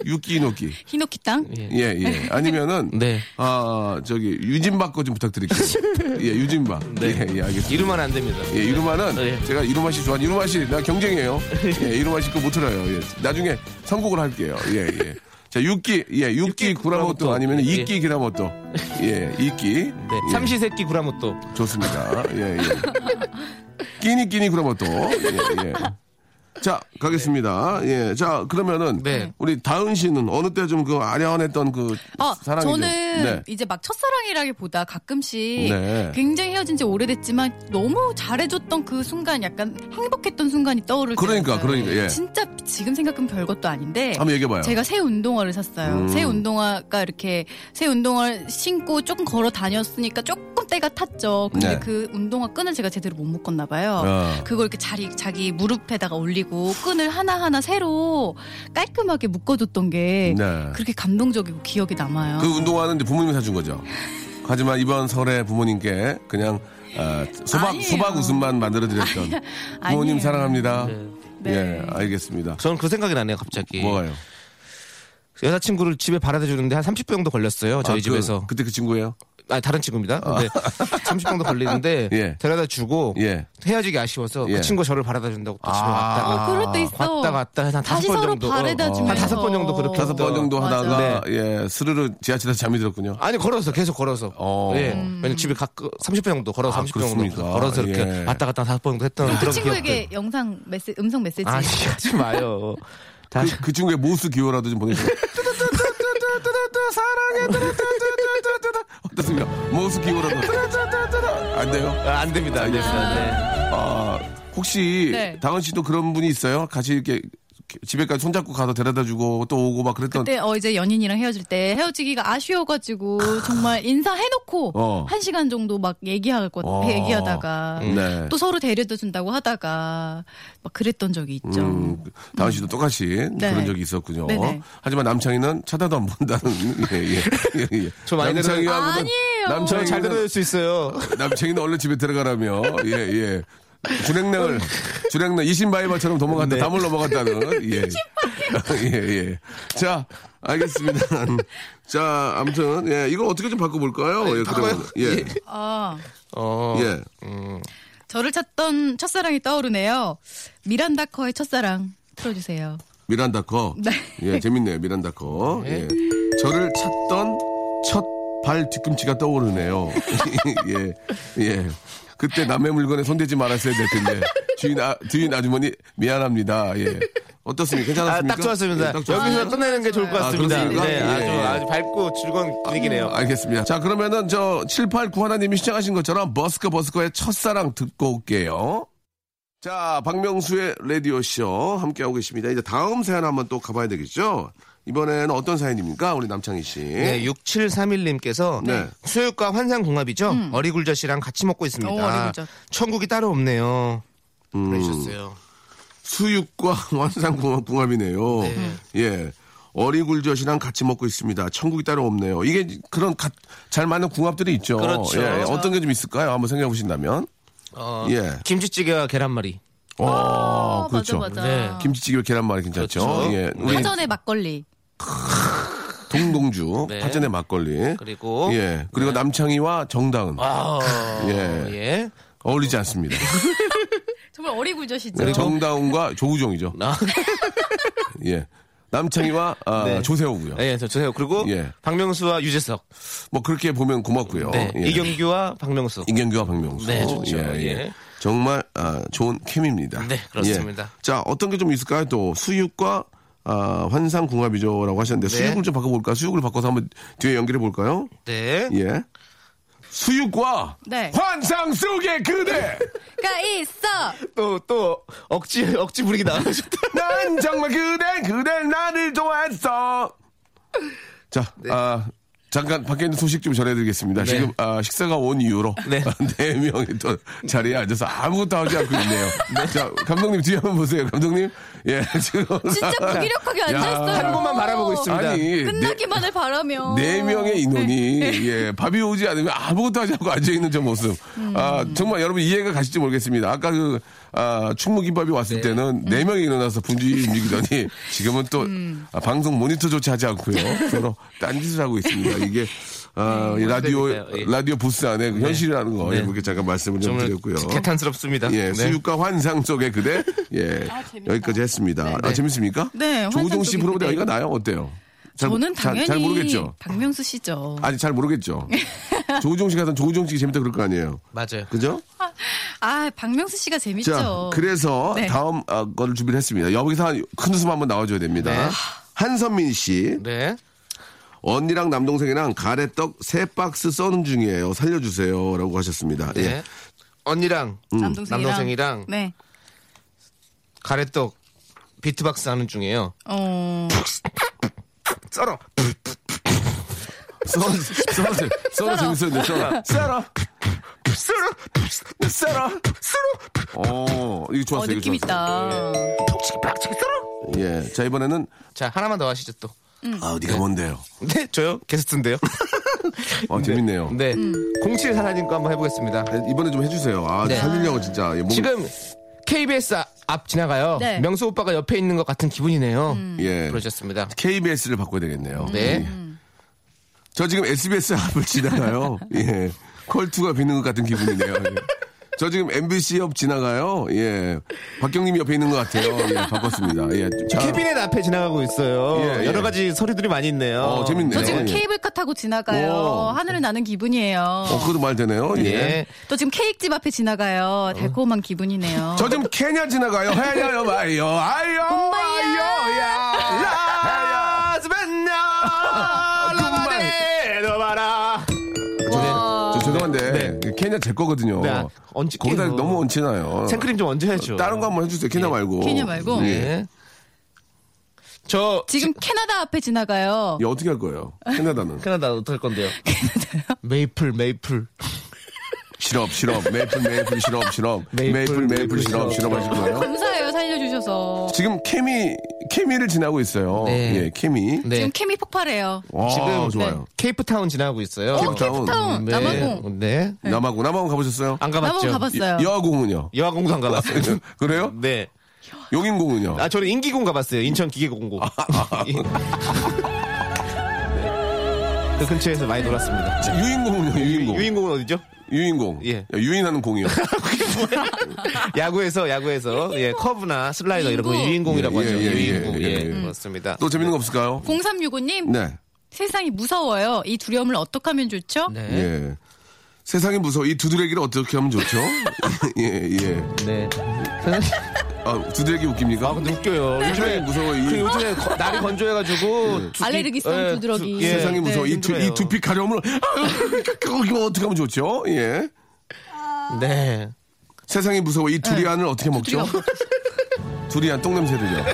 S2: 육기 이노끼.
S3: 히노키 땅.
S2: 예, 예. 아니면은,
S4: 네.
S2: 아, 저기, 유진박 거 좀 부탁드릴게요. 예, 유진박.
S4: 네.
S2: 예, 예, 알겠습니다.
S4: 이름만 안 됩니다.
S2: 예, 이루마는
S4: 예.
S2: 제가 이루마 씨 좋아하는 이루마 씨, 나 경쟁이에요. 예, 이루마 씨 거 못 틀어요. 예, 나중에 선곡을 할게요. 예, 예. 자, 6기, 예, 6기
S4: 육기
S2: 구라모토
S4: 구라모토.
S2: 아니면
S4: 예.
S2: 2기 기라모토. 예, 2기.
S4: 네. 삼시세끼 구라모토.
S2: 좋습니다. 예, 예. 끼니 끼니 구라모토. 예, 예. 자, 가겠습니다. 예, 자, 그러면은
S4: 네.
S2: 우리 다은 씨는 어느 때 좀 그 아련했던 그
S3: 어,
S2: 사랑이 좀-
S3: 저는
S2: 네.
S3: 이제 막 첫사랑이라기보다 가끔씩
S2: 네.
S3: 굉장히 헤어진 지 오래됐지만 너무 잘해줬던 그 순간 약간 행복했던 순간이 떠오를 때
S2: 그러니까, 그러니까, 예.
S3: 진짜 지금 생각하면 별것도 아닌데
S2: 한번 얘기해봐요.
S3: 제가 새 운동화를 샀어요
S2: 음.
S3: 새 운동화가 이렇게 새 운동화를 신고 조금 걸어 다녔으니까 조금 때가 탔죠 근데
S2: 네.
S3: 그 운동화 끈을 제가 제대로 못 묶었나 봐요
S2: 어.
S3: 그걸 이렇게 자리, 자기 무릎에다가 올리고 끈을 하나하나 새로 깔끔하게 묶어줬던 게
S2: 네.
S3: 그렇게 감동적이고 기억이 남아요.
S2: 그 운동화는 이제 부모님이 사준 거죠. 하지만 이번 설에 부모님께 그냥 어, 소박
S3: 아니에요.
S2: 소박 웃음만 만들어 드렸던 부모님
S3: 아니에요.
S2: 사랑합니다.
S3: 네.
S2: 예, 알겠습니다.
S4: 저는 그 생각이 나네요, 갑자기.
S2: 뭐가요?
S4: 여자친구를 집에 바라다 주는데 한 30분 정도 걸렸어요. 저희
S2: 아,
S4: 집에서.
S2: 그, 때그 친구예요?
S4: 아 다른 친구입니다. 근데 30분 정도 걸리는데
S2: 예.
S4: 데려다 주고
S2: 예.
S4: 헤어지기 아쉬워서
S2: 예.
S4: 그 친구가 저를 바라다 준다고 또 집에
S2: 아.
S4: 왔다가
S3: 어, 그럴 때 있어.
S4: 왔다 갔다 해서 한
S3: 다시
S4: 다섯 번
S3: 서로
S4: 정도.
S3: 바래다
S4: 어.
S3: 주면서.
S4: 한 다섯 번 정도 그렇게
S2: 다섯 번
S4: 또-
S2: 정도
S3: 어,
S2: 하다가
S4: 맞아요.
S2: 예 스르르 지하철에서 잠이 들었군요.
S4: 아니 걸어서 계속 걸어서
S2: 어.
S4: 예
S3: 음.
S4: 왜냐면 집에 가끔 30분 정도 걸어서
S2: 아,
S4: 30분 정도
S2: 그렇습니까?
S4: 걸어서 이렇게
S2: 예.
S4: 왔다 갔다 한 다섯 번 정도 했던
S3: 그
S4: 그런
S3: 친구에게
S4: 기억들.
S3: 영상 메시 음성 메시지.
S4: 아 씨, 하지 마요 다시
S2: 그, 그 친구의 모스 기호라도 좀 보내주세요. 사랑해. 어떻습니까? 모스 기호라도. 안 돼요?
S4: 아, 안 됩니다 안 됩니다 네.
S2: 아, 혹시
S3: 네.
S2: 당은 씨도 그런 분이 있어요? 같이 이렇게 집에까지 손잡고 가서 데려다 주고 또 오고 막 그랬던.
S3: 그때 어 이제 연인이랑 헤어질 때 헤어지기가 아쉬워가지고 정말 인사해놓고
S2: 어.
S3: 한 시간 정도 막 얘기하고
S2: 어.
S3: 얘기하다가
S2: 네.
S3: 또 서로 데려다 준다고 하다가 막 그랬던 적이 있죠.
S2: 음, 다은 씨도 똑같이
S3: 네.
S2: 그런 적이 있었군요.
S3: 네네.
S2: 하지만 남창희는 쳐다도 안 본다는. 예, 예. 예, 예.
S4: 저 많이
S2: 남창희하고는-
S3: 아니에요.
S2: 남창희는-
S4: 잘 들어줄 수 있어요
S2: 그 남친이는 얼른 집에 들어가라며 예 예. 주랭랑을 주랭랑 이신바이바처럼 도망갔다 담을 넘어갔다는 예. 예 예. 자 알겠습니다. 자 아무튼 예 이걸 어떻게 좀 바꿔볼까요? 예 그러면 예
S3: 아
S4: 어
S2: 예.
S3: 저를 찾던 첫사랑이 떠오르네요. 미란다 커의 첫사랑 틀어주세요.
S2: 미란다커
S3: 네.
S2: 예 재밌네요 미란다커 예 저를 찾던 첫 발 뒤꿈치가 떠오르네요. 예 예. 그때 남의 물건에 손대지 말았어야 될 텐데 주인 아, 주인 아주머니 미안합니다. 예. 어떻습니까?
S4: 아,
S2: 괜찮았습니까?
S4: 딱 좋았습니다.
S2: 예, 딱 좋았습니다.
S4: 여기서 끝내는 게 좋을 것
S2: 아,
S4: 같습니다.
S2: 그렇습니까?
S4: 네,
S2: 예, 음.
S4: 아주,
S2: 예.
S4: 아주 밝고 즐거운 분위기네요.
S2: 알겠습니다. 자, 그러면은 저 7891님이 시청하신 것처럼 버스커 버스커의 첫사랑 듣고 올게요. 자, 박명수의 라디오쇼 함께하고 계십니다. 이제 다음 사연 한번 또 가봐야 되겠죠? 이번에는 어떤 사연입니까? 우리 남창희 씨.
S4: 네, 6731님께서
S2: 예? 네.
S4: 수육과 환상궁합이죠. 어리굴젓이랑 같이 먹고 있습니다.
S3: 음. 오, 어리굴젓.
S4: 천국이 따로 없네요.
S2: 음,
S4: 그러셨어요.
S2: 수육과 완산궁합이네요. 예. 어리굴젓이랑 같이 먹고 있습니다. 천국이 따로 없네요. 이게 그런 가- 잘 맞는 궁합들이 있죠.
S4: 그렇죠.
S2: 예, 어떤 게 좀 있을까요? 한번 생각해 보신다면.
S4: 어,
S2: 예.
S4: 김치찌개와 계란말이.
S2: 어,
S3: 어,
S2: 그렇죠.
S3: 맞아 맞아.
S4: 네,
S2: 김치찌개 계란말이 괜찮죠.
S4: 그렇죠.
S2: 예. 우리
S3: 사전에 막걸리.
S2: 동동주
S4: 네.
S2: 파전의 막걸리.
S4: 그리고 네.
S2: 예. 그리고 남창희와 정다은
S4: 아,
S2: 예.
S4: 예.
S2: 어울리지 않습니다.
S3: 정말 어리굴젓이죠.
S2: 네, 정다은과 조우종이죠.
S4: 아,
S2: 예. 남창희와 아,
S4: 네.
S2: 조세호고요.
S4: 예, 저 주세요. 그리고
S2: 예.
S4: 박명수와 유재석.
S2: 뭐 그렇게 보면 고맙고요.
S4: 네.
S2: 예.
S4: 이경규와 박명수.
S2: 와 박명수.
S4: 네, 좋죠. 예.
S2: 정말 아, 좋은 캠입니다.
S4: 네, 그렇습니다.
S2: 예. 자, 어떤 게 좀 있을까요? 또 수육과 아, 환상궁합이죠라고 하셨는데
S4: 네.
S2: 수육을 좀 바꿔볼까요? 수육을 바꿔서 한번 뒤에 연결해 볼까요?
S4: 네.
S2: 예. 수육과
S3: 네.
S2: 환상 속의 그대.
S3: 가 있어.
S4: 또, 또, 억지, 억지 부리기 나가셨다.
S2: 난 정말 그대 그대 나를 좋아했어. 자, 아, 잠깐 밖에 있는 소식 좀 전해드리겠습니다.
S4: 네.
S2: 지금 아, 식사가 온 이후로 네,
S4: 네.
S2: 명이 또 자리에 앉아서 아무것도 하지 않고 있네요. 자, 감독님 뒤에 한번 보세요. 감독님, 예, 지금
S3: 진짜 무기력하게 앉아있어요.
S4: 한 곳만 바라보고 있습니다.
S2: 아니 네,
S3: 끝나기만을 바라며.
S2: 네
S4: 아,
S2: 명의 인원이
S4: 네.
S2: 예 밥이 오지 않으면 아무것도 하지 않고 앉아 있는 저 모습 아
S4: 음.
S2: 정말 여러분 이해가 가실지 모르겠습니다 아까 그 아, 충무김밥이 왔을 때는
S4: 음.
S2: 네 명이 일어나서 분주히 움직이더니 지금은 또
S4: 음.
S2: 아, 방송 모니터조차 하지 않고요 서로 딴짓을 하고 있습니다 이게 아, 이 라디오
S4: 모니터니까요. 예.
S2: 라디오 부스 안에 그 현실이라는 거
S4: 네.
S2: 이렇게 잠깐 말씀을 좀
S4: 정말
S2: 드렸고요
S4: 개탄스럽습니다.
S2: 예
S4: 네.
S2: 수육과 환상 속의 그대 예 여기까지 했습니다 아 재밌습니까
S3: 아, 네, 환상
S2: 조우종 씨
S3: 속의
S2: 프로보다
S3: 그대.
S2: 여기가 나요 어때요 잘-
S3: 저는
S2: 잘-
S3: 당연히
S2: 잘 모르겠죠
S3: 박명수 씨죠.
S2: 아니 잘 모르겠죠. 조우종 씨가 선 조우종 씨 재밌다 그럴 거 아니에요.
S4: 맞아요.
S2: 그죠?
S3: 아, 박명수 씨가 재밌죠.
S2: 자, 그래서
S3: 네.
S2: 다음 아, 거를 준비를 했습니다. 여기서 한- 큰 웃음 한번 나와줘야 됩니다.
S4: 네.
S2: 한선민 씨,
S4: 네.
S2: 언니랑 남동생이랑 가래떡 세 박스 써는 중이에요. 살려주세요라고 하셨습니다.
S4: 네.
S2: 예. 음.
S4: 언니랑
S3: 남동생이랑.
S4: 남동생이랑.
S3: 네.
S4: 가래떡 비트박스 하는 중이에요.
S3: 어.
S4: 썰어.
S2: 써는 써는 재- 써는 재밌었는데 써는
S4: 썰어. 썰어.
S2: 네,
S4: 썰어. 썰어.
S2: 어 이거 좋았어요.
S3: 어,
S2: 이거
S3: 느낌
S2: 좋았어요.
S3: 있다.
S2: 예, 자 이번에는
S4: 자, 하나만 더 하시죠, 또.
S3: 음.
S2: 아 네가 뭔데요?
S4: 네, 저요? 게스트인데요.
S2: 아 재밌네요.
S4: 네. 07
S2: 네.
S4: 사나님 거 한번 해보겠습니다.
S2: 아, 이번에 좀 해주세요. 아
S4: 네.
S2: 살리려고 진짜 예, 몸-
S4: 지금 KBS 아, 앞 지나가요.
S3: 네.
S4: 명수 오빠가 옆에 있는 것 같은 기분이네요.
S2: 예.
S4: 그러셨습니다.
S2: KBS를 바꿔야 되겠네요.
S4: 네.
S2: 예. 저 지금 SBS 앞을 지나가요. 예. 컬투가 비는 것 같은 기분이네요. 예. 저 지금 MBC 옆 지나가요. 예. 박경님 옆에 있는 것 같아요. 예, 바꿨습니다. 예. 자,
S4: 캐비넷 앞에 지나가고 있어요.
S2: 예, 예.
S4: 여러 가지 서류들이 많이 있네요.
S2: 어, 재밌네요.
S3: 저 지금
S2: 예.
S3: 케이블카 타고 지나가요.
S2: 오.
S3: 하늘을 나는 기분이에요.
S2: 어, 그것도 말 되네요. 예.
S4: 예.
S3: 또 지금 케이크집 앞에 지나가요. 달콤한 기분이네요.
S2: 어? 저 지금 케냐 지나가요. 해요, 마요, 아요, 아요, 야,
S4: 라스베나 라바데 노바라.
S2: 라. 저 죄송한데 케냐 제 거거든요.
S4: 네, 아, 얹을게요.
S2: 거기다 너무 얹히나요.
S4: 생크림 네. 좀 언제 해줘.
S2: 어. 다른 거 한번 해주세요. 케냐 말고.
S3: 케냐 말고?
S2: 예.
S4: 예. 저
S3: 지금 캐나다 앞에 지나가요.
S2: 야, 어떻게 할 거예요? 캐나다는.
S4: 캐나다 어떨 건데요? 메이플 메이플.
S2: 시럽, 시럽, 메이플, 메이플, 시럽, 시럽,
S4: 메이플,
S2: 메이플, 메이플,
S4: 메이플,
S2: 시럽,
S4: 시럽.
S2: 시럽 하실 거예요?
S3: 감사해요 살려주셔서.
S2: 지금 케미, 케미를 지나고 있어요.
S4: 네.
S2: 예, 케미.
S4: 네.
S3: 지금 케미 폭발해요.
S2: 와,
S4: 지금
S2: 좋아요.
S4: 케이프타운 지나고 있어요. 음,
S2: 케이프 타운.
S3: 타운 남아공.
S4: 네.
S2: 남아공, 남아공 가보셨어요?
S4: 안
S3: 남아공
S4: 가봤죠.
S3: 가봤어요.
S2: 여아공은요?
S4: 여화공도 안 가봤어요.
S2: 그래요?
S4: 네.
S2: 용인공은요?
S4: 아 저는 인기공 가봤어요. 인천 기계공고.
S2: 아,
S4: 예. 그 근처에서 많이 놀았습니다.
S2: 유인공은요, 유인공.
S4: 유인공은 어디죠?
S2: 유인공.
S4: 예.
S2: 야, 유인하는 공이요.
S4: 야구에서 야구에서 예 커브나 슬라이더 이런 거
S3: 유인공.
S4: 유인공이라고
S2: 예,
S4: 하죠.
S2: 예, 예,
S4: 유인공
S2: 예,
S4: 예,
S2: 예.
S4: 그렇습니다.
S2: 또 재밌는 거 없을까요?
S3: 0365님
S2: 네.
S3: 세상이 무서워요. 이 두려움을 어떻게 하면 좋죠?
S4: 네.
S2: 예. 세상이 무서워. 이 두드레기를 어떻게 하면 좋죠? 예, 예.
S4: 네.
S2: 아, 두드레기 웃깁니까?
S4: 아 근데 웃겨요. 요즘에
S2: 네. 무서워, 이- 네.
S4: 그 요즘에 거- 날이 건조해가지고 두피-
S3: 알레르기성
S4: 예,
S3: 두드러기.
S4: 두- 예.
S2: 세상이 무서워. 이, 두,
S4: 힘들어요.
S2: 이 두피 가려움을, 아, 그, 아유, 이거 어떻게 하면 좋죠? 예.
S4: 네.
S2: 세상이 무서워. 이 두리안을 어떻게 먹죠? 두리안 똥냄새를요.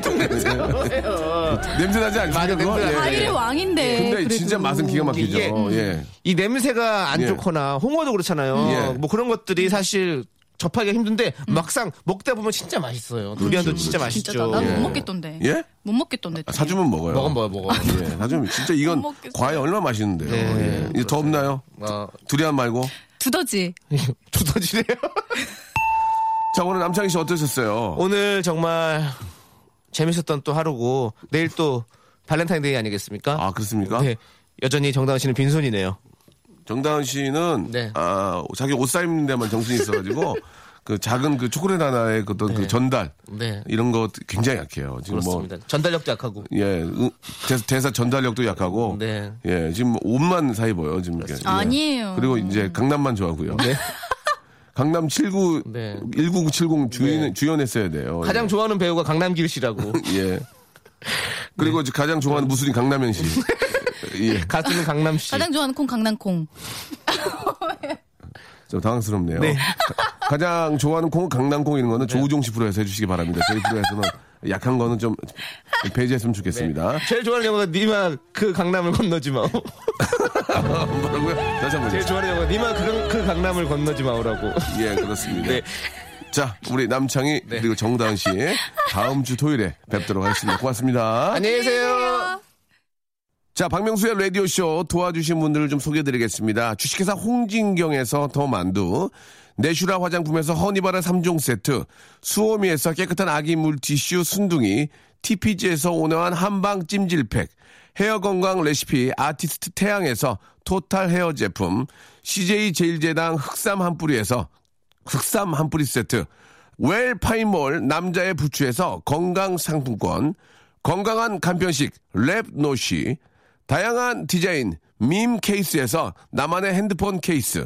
S2: 냄새 나지 않습니까?
S4: 맞아,
S2: 그거?
S4: 냄새 나지.
S2: 예, 예.
S3: 과일의 왕인데.
S2: 근데
S3: 그래도.
S2: 진짜 맛은 기가 막히죠.
S4: 이게-
S2: 예.
S4: 이 냄새가 안
S2: 예.
S4: 좋거나 홍어도 그렇잖아요.
S2: 예.
S4: 뭐 그런 것들이 사실 접하기가 힘든데 막상 먹다 보면 진짜 맛있어요. 두리안도 진짜
S3: 진짜
S4: 맛있죠.
S3: 나못
S2: 그렇죠, 예.
S3: 먹겠던데.
S2: 예?
S3: 못 먹겠던데.
S2: 아, 사주면 먹어요.
S4: 먹어 먹어 먹어.
S2: 예, 사주면 진짜 이건
S3: 못 먹겠어요.
S2: 과일 얼마 나 맛있는데요.
S4: 네.
S2: 예. 이제 더 없나요?
S4: 어,
S2: 두리안 말고.
S3: 두더지.
S4: 두더지네요.
S2: 자, 오늘 남창희 씨 어떠셨어요?
S4: 오늘 정말 재밌었던 또 하루고 내일 또 발렌타인데이 아니겠습니까?
S2: 아, 그렇습니까?
S4: 네. 여전히 정다은 씨는 빈손이네요.
S2: 정다은 씨는
S4: 네.
S2: 아, 자기 옷 사입는 데만 정신이 있어가지고 그 작은 그 초콜릿 하나의 그 어떤 그 전달
S4: 네.
S2: 이런 거 굉장히 약해요. 지금
S4: 그렇습니다. 전달력도 약하고.
S2: 뭐 예, 으- 대사, 대사 전달력도 약하고
S4: 네.
S2: 예, 지금 옷만 사입어요. 지금 이렇게. 예.
S3: 아니에요. 음.
S2: 그리고 이제 강남만 좋아하고요. 강남 79
S4: 네.
S2: 19970 주인 주연했어야 돼요.
S4: 가장 좋아하는 배우가 강남길 씨라고.
S2: 예. 예. 그리고 이제 가장 좋아하는
S4: 네.
S2: 무술인 강남현 씨. 예.
S4: 가수는 강남 씨.
S3: 가장 좋아하는 콩 강낭콩.
S2: 좀 당황스럽네요. 가- 가장 좋아하는 콩은 강낭콩 이런
S4: 네.
S2: 거는 조우종 씨 프로에서 해주시기 바랍니다. 저희 프로에서는 약한 거는 좀 배제했으면 좋겠습니다.
S4: 제일 좋아하는 영화가 니만 그 강남을 건너지 마오.
S2: 뭐라고요? 다시 한번
S4: 제일
S2: 해주세요.
S4: 좋아하는 영화가 니만 그, 그 강남을 건너지 마오라고.
S2: 예, 그렇습니다.
S4: 네.
S2: 자, 우리 남창희 그리고 정다은 씨 다음 주 토요일에 뵙도록 하겠습니다. 고맙습니다.
S4: 안녕히 계세요.
S2: 아. 자, 박명수의 라디오쇼 도와주신 분들을 좀 소개해드리겠습니다. 주식회사 홍진경에서 더 만두, 내슈라 화장품에서 허니바라 3종 세트, 수오미에서 깨끗한 아기 물티슈 순둥이, TPG에서 온화한 한방 찜질팩, 헤어 건강 레시피 아티스트 태양에서 토탈 헤어 제품, CJ 제일제당 흑삼 한 뿌리에서 흑삼 한 뿌리 세트, 웰파인몰 남자의 부추에서 건강 상품권, 건강한 간편식 랩노시, 다양한 디자인 밈 케이스에서 나만의 핸드폰 케이스,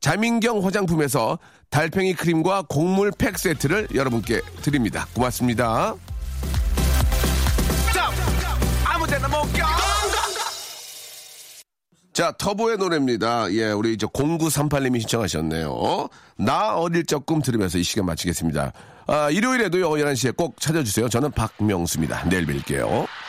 S2: 자민경 화장품에서 달팽이 크림과 곡물 팩 세트를 여러분께 드립니다. 고맙습니다. 자, 터보의 노래입니다. 예, 우리 이제 0938님이 신청하셨네요. 나 어릴 적 꿈 들으면서 이 시간 마치겠습니다. 아, 일요일에도요, 11시에 꼭 찾아주세요. 저는 박명수입니다. 내일 뵐게요.